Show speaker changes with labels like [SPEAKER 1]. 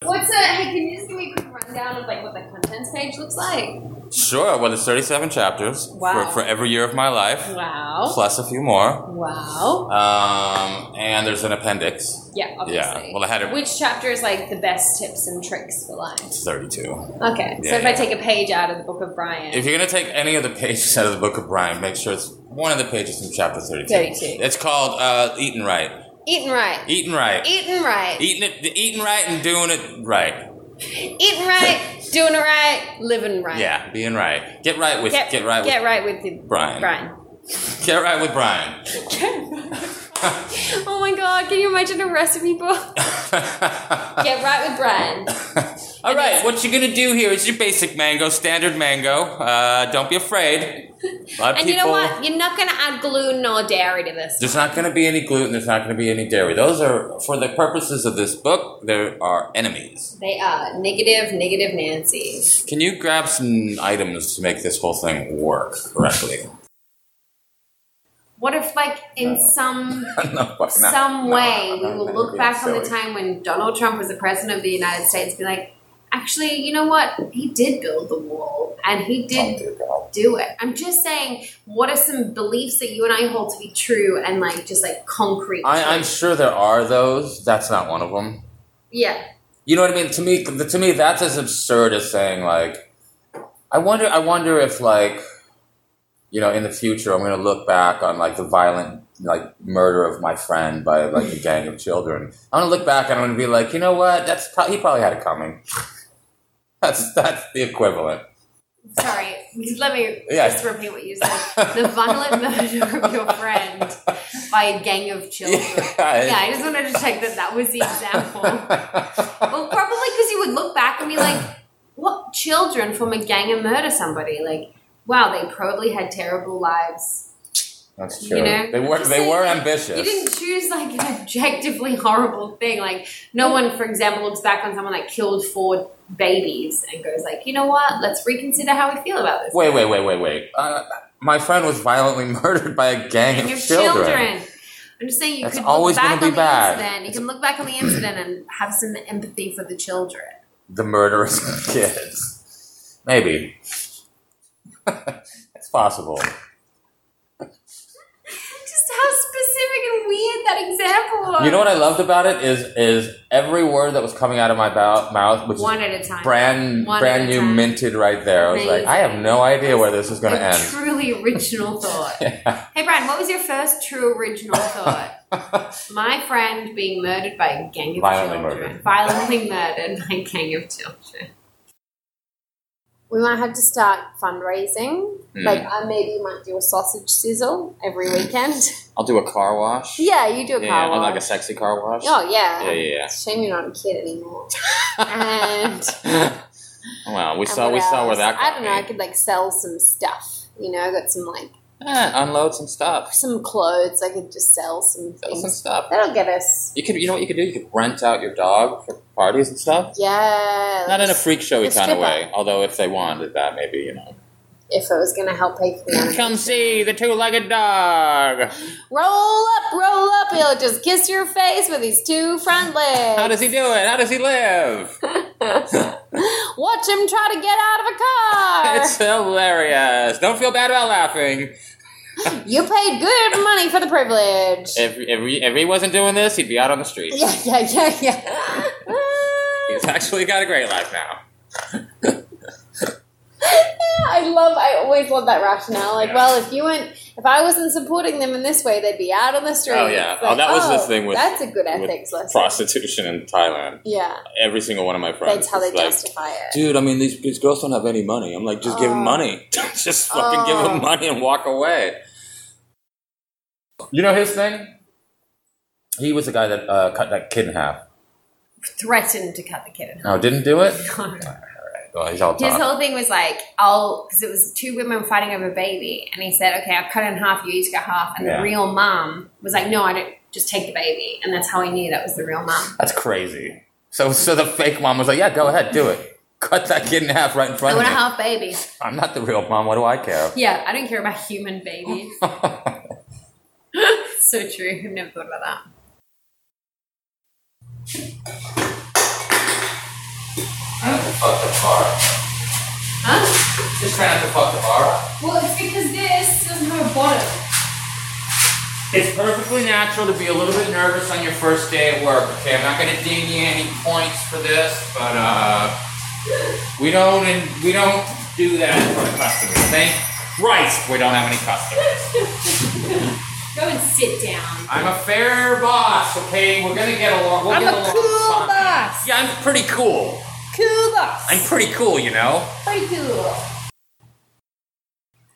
[SPEAKER 1] Abby, can you just give me a quick rundown of like what the contents page looks like?
[SPEAKER 2] Sure. Well, there's 37 chapters
[SPEAKER 1] Wow.
[SPEAKER 2] for, for every year of my life,
[SPEAKER 1] Wow.
[SPEAKER 2] plus a few more.
[SPEAKER 1] Wow.
[SPEAKER 2] Um, and there's an appendix.
[SPEAKER 1] Yeah, obviously.
[SPEAKER 2] Yeah. Well, I had it.
[SPEAKER 1] Which chapter is like the best tips and tricks for life?
[SPEAKER 2] 32.
[SPEAKER 1] Okay, so
[SPEAKER 2] Yeah,
[SPEAKER 1] if I
[SPEAKER 2] yeah.
[SPEAKER 1] take a page out of the Book of Brian,
[SPEAKER 2] If you're gonna take any of the pages out of the Book of Brian, make sure it's one of the pages from chapter 32.
[SPEAKER 1] 32.
[SPEAKER 2] It's called uh, "Eating Right."
[SPEAKER 1] eating right,
[SPEAKER 2] Eating right.
[SPEAKER 1] eating right,
[SPEAKER 2] Eating it. Eating right and doing it right.
[SPEAKER 1] eating right, doing it right, living right.
[SPEAKER 2] Yeah, being right. Get right with. Get, right
[SPEAKER 1] get
[SPEAKER 2] with
[SPEAKER 1] right with you,
[SPEAKER 2] Brian.
[SPEAKER 1] Brian.
[SPEAKER 2] Get right with Brian.
[SPEAKER 1] oh my God! Can you imagine a recipe book? Get right with Brian.
[SPEAKER 2] All right, what you're gonna do here is your basic mango, standard mango. Uh, don't be afraid. A lot
[SPEAKER 1] And
[SPEAKER 2] of people.
[SPEAKER 1] you know what? You're not gonna add gluten or dairy to this.
[SPEAKER 2] There's not gonna be any gluten. There's not gonna be any dairy. Those are for the purposes of this book. There are enemies.
[SPEAKER 1] They are negative, negative Nancy's.
[SPEAKER 2] Can you grab some items to make this whole thing work correctly?
[SPEAKER 1] What if, like, in some
[SPEAKER 2] no, fuck, no,
[SPEAKER 1] some
[SPEAKER 2] no,
[SPEAKER 1] way
[SPEAKER 2] no,
[SPEAKER 1] we
[SPEAKER 2] no,
[SPEAKER 1] will
[SPEAKER 2] no,
[SPEAKER 1] look
[SPEAKER 2] no,
[SPEAKER 1] back on the
[SPEAKER 2] silly.
[SPEAKER 1] time when Donald Trump was the president of the United States and be like, actually, you know what? He did build the wall and he
[SPEAKER 2] Oh,
[SPEAKER 1] did
[SPEAKER 2] dear God.
[SPEAKER 1] do it. I'm just saying, what are some beliefs that you and I hold to be true and like just like concrete?
[SPEAKER 2] I, I'm
[SPEAKER 1] truth?
[SPEAKER 2] sure there are those. That's not one of them.
[SPEAKER 1] yeah.
[SPEAKER 2] You know what I mean? To me, to me, that's as absurd as saying like, I wonder, I wonder if like, you know, in the future, I'm going to look back on like the violent like murder of my friend by like a gang of children. I'm going to look back and I'm going to be like, you know what? That's pro- he probably had it coming. That's that's the equivalent.
[SPEAKER 1] Sorry, let me
[SPEAKER 2] Yeah.
[SPEAKER 1] just repeat what you said. The violent murder of your friend by a gang of children. Yeah, I just wanted to check that that was the example. Well, probably because you would look back and be like, what children from a gang and murder somebody? Like, wow, they probably had terrible lives.
[SPEAKER 2] that's
[SPEAKER 1] You
[SPEAKER 2] true.
[SPEAKER 1] know,
[SPEAKER 2] they were
[SPEAKER 1] just
[SPEAKER 2] they
[SPEAKER 1] saying,
[SPEAKER 2] were
[SPEAKER 1] like,
[SPEAKER 2] ambitious.
[SPEAKER 1] You didn't choose like an objectively horrible thing. Like, no one, for example, looks back on someone that killed four babies and goes like, you know what? Let's reconsider how we feel about this.
[SPEAKER 2] Wait, wait, wait, wait, wait. Uh, my friend was violently murdered by a gang
[SPEAKER 1] And
[SPEAKER 2] of
[SPEAKER 1] your
[SPEAKER 2] children.
[SPEAKER 1] children. I'm just saying you
[SPEAKER 2] That's
[SPEAKER 1] could
[SPEAKER 2] always
[SPEAKER 1] look
[SPEAKER 2] gonna
[SPEAKER 1] back
[SPEAKER 2] be
[SPEAKER 1] on the
[SPEAKER 2] bad.
[SPEAKER 1] incident. You can look back on the incident and have some empathy for the children.
[SPEAKER 2] the murderous kids. Maybe. it's possible.
[SPEAKER 1] Just how specific and weird that example was.
[SPEAKER 2] You know what I loved about it is is every word that was coming out of my bow- mouth, which
[SPEAKER 1] One
[SPEAKER 2] is
[SPEAKER 1] at a time.
[SPEAKER 2] brand
[SPEAKER 1] One at
[SPEAKER 2] brand
[SPEAKER 1] a
[SPEAKER 2] new
[SPEAKER 1] time.
[SPEAKER 2] minted right there. I was like, I have no idea where this is going to
[SPEAKER 1] a
[SPEAKER 2] end.
[SPEAKER 1] truly original thought.
[SPEAKER 2] Yeah.
[SPEAKER 1] Hey, Brian, what was your first true original thought? My friend being murdered by a gang of
[SPEAKER 2] Violently
[SPEAKER 1] children.
[SPEAKER 2] murdered.
[SPEAKER 1] Violently murdered by a gang of children. We might have to start fundraising.
[SPEAKER 2] Hmm.
[SPEAKER 1] Like, I maybe might do a sausage sizzle every weekend.
[SPEAKER 2] I'll do a car wash.
[SPEAKER 1] yeah, you do a car wash.
[SPEAKER 2] sexy car wash.
[SPEAKER 1] oh, yeah.
[SPEAKER 2] yeah,
[SPEAKER 1] Shame you're not a kid anymore. and
[SPEAKER 2] yeah. wow, we
[SPEAKER 1] And what else? I don't know. I could like sell some stuff. You know, I got some like
[SPEAKER 2] Eh, unload some stuff.
[SPEAKER 1] some clothes. I could just sell some things.
[SPEAKER 2] stuff.
[SPEAKER 1] That'll get us.
[SPEAKER 2] You could, you know what you could do? You could rent out your dog for parties and stuff.
[SPEAKER 1] Yeah.
[SPEAKER 2] Not in a freak showy
[SPEAKER 1] The
[SPEAKER 2] kind of
[SPEAKER 1] stripper.
[SPEAKER 2] way, although if they wanted that, maybe, you know.
[SPEAKER 1] If it was gonna help pay for the animal.
[SPEAKER 2] Come see the two legged dog!
[SPEAKER 1] Roll up, roll up. He'll just kiss your face with his two front legs.
[SPEAKER 2] How does he do it? How does he live?
[SPEAKER 1] Watch him try to get out of a car.
[SPEAKER 2] It's hilarious. Don't feel bad about laughing.
[SPEAKER 1] You paid good money for the privilege.
[SPEAKER 2] If, if, he, if he wasn't doing this, he'd be out on the street.
[SPEAKER 1] yeah, yeah, yeah, yeah.
[SPEAKER 2] He's actually got a great life now.
[SPEAKER 1] Yeah, I love. I always love that rationale. Like,
[SPEAKER 2] Yeah.
[SPEAKER 1] well, if you weren't, if I wasn't supporting them in this way, they'd be out on the street.
[SPEAKER 2] Oh, yeah.
[SPEAKER 1] It's
[SPEAKER 2] Oh, that was the thing with-
[SPEAKER 1] that's a good
[SPEAKER 2] with
[SPEAKER 1] ethics lesson.
[SPEAKER 2] Prostitution in Thailand.
[SPEAKER 1] yeah,
[SPEAKER 2] Every single one of my friends.
[SPEAKER 1] that's how they
[SPEAKER 2] is like,
[SPEAKER 1] justify it.
[SPEAKER 2] Dude, I mean, these, these girls don't have any money. I'm like, just give
[SPEAKER 1] Oh.
[SPEAKER 2] them money. just fucking give
[SPEAKER 1] Oh.
[SPEAKER 2] them money and walk away. You know his thing? He was the guy that uh, cut that kid in half.
[SPEAKER 1] Threatened to cut the kid in
[SPEAKER 2] No, didn't do it?
[SPEAKER 1] half.
[SPEAKER 2] Oh, he's all
[SPEAKER 1] His
[SPEAKER 2] talk.
[SPEAKER 1] whole thing was like, I'll, because it was two women fighting over a baby, and he said, okay, I'll cut it in half. You each get half. And
[SPEAKER 2] Yeah.
[SPEAKER 1] the real mom was like, no, I don't. Just take the baby, and that's how I knew that was the real mom.
[SPEAKER 2] That's crazy. So, so the fake mom was like, yeah, go ahead, do it. Cut that kid in half right in
[SPEAKER 1] I
[SPEAKER 2] front of
[SPEAKER 1] want a
[SPEAKER 2] me.
[SPEAKER 1] half baby.
[SPEAKER 2] I'm not the real mom. What do I care?
[SPEAKER 1] Yeah, I don't care about human babies. so true. I've never thought about that.
[SPEAKER 2] Trying to fuck the bar.
[SPEAKER 1] Huh?
[SPEAKER 2] Just trying to fuck the bar.
[SPEAKER 1] Well, it's because this doesn't have a bottom.
[SPEAKER 2] It's perfectly natural to be a little bit nervous on your first day at work. Okay, I'm not gonna ding you any points for this, but uh, we don't and we don't do that for the customers. Thank Christ we don't have any customers.
[SPEAKER 1] Go and sit down.
[SPEAKER 2] I'm a fair boss. Okay, we're gonna get along. We'll
[SPEAKER 3] I'm
[SPEAKER 2] get
[SPEAKER 3] a
[SPEAKER 2] along
[SPEAKER 3] cool
[SPEAKER 2] fine.
[SPEAKER 3] boss.
[SPEAKER 2] Yeah, I'm pretty cool.
[SPEAKER 3] Cool boss.
[SPEAKER 2] I'm pretty cool, you know.
[SPEAKER 1] Pretty cool.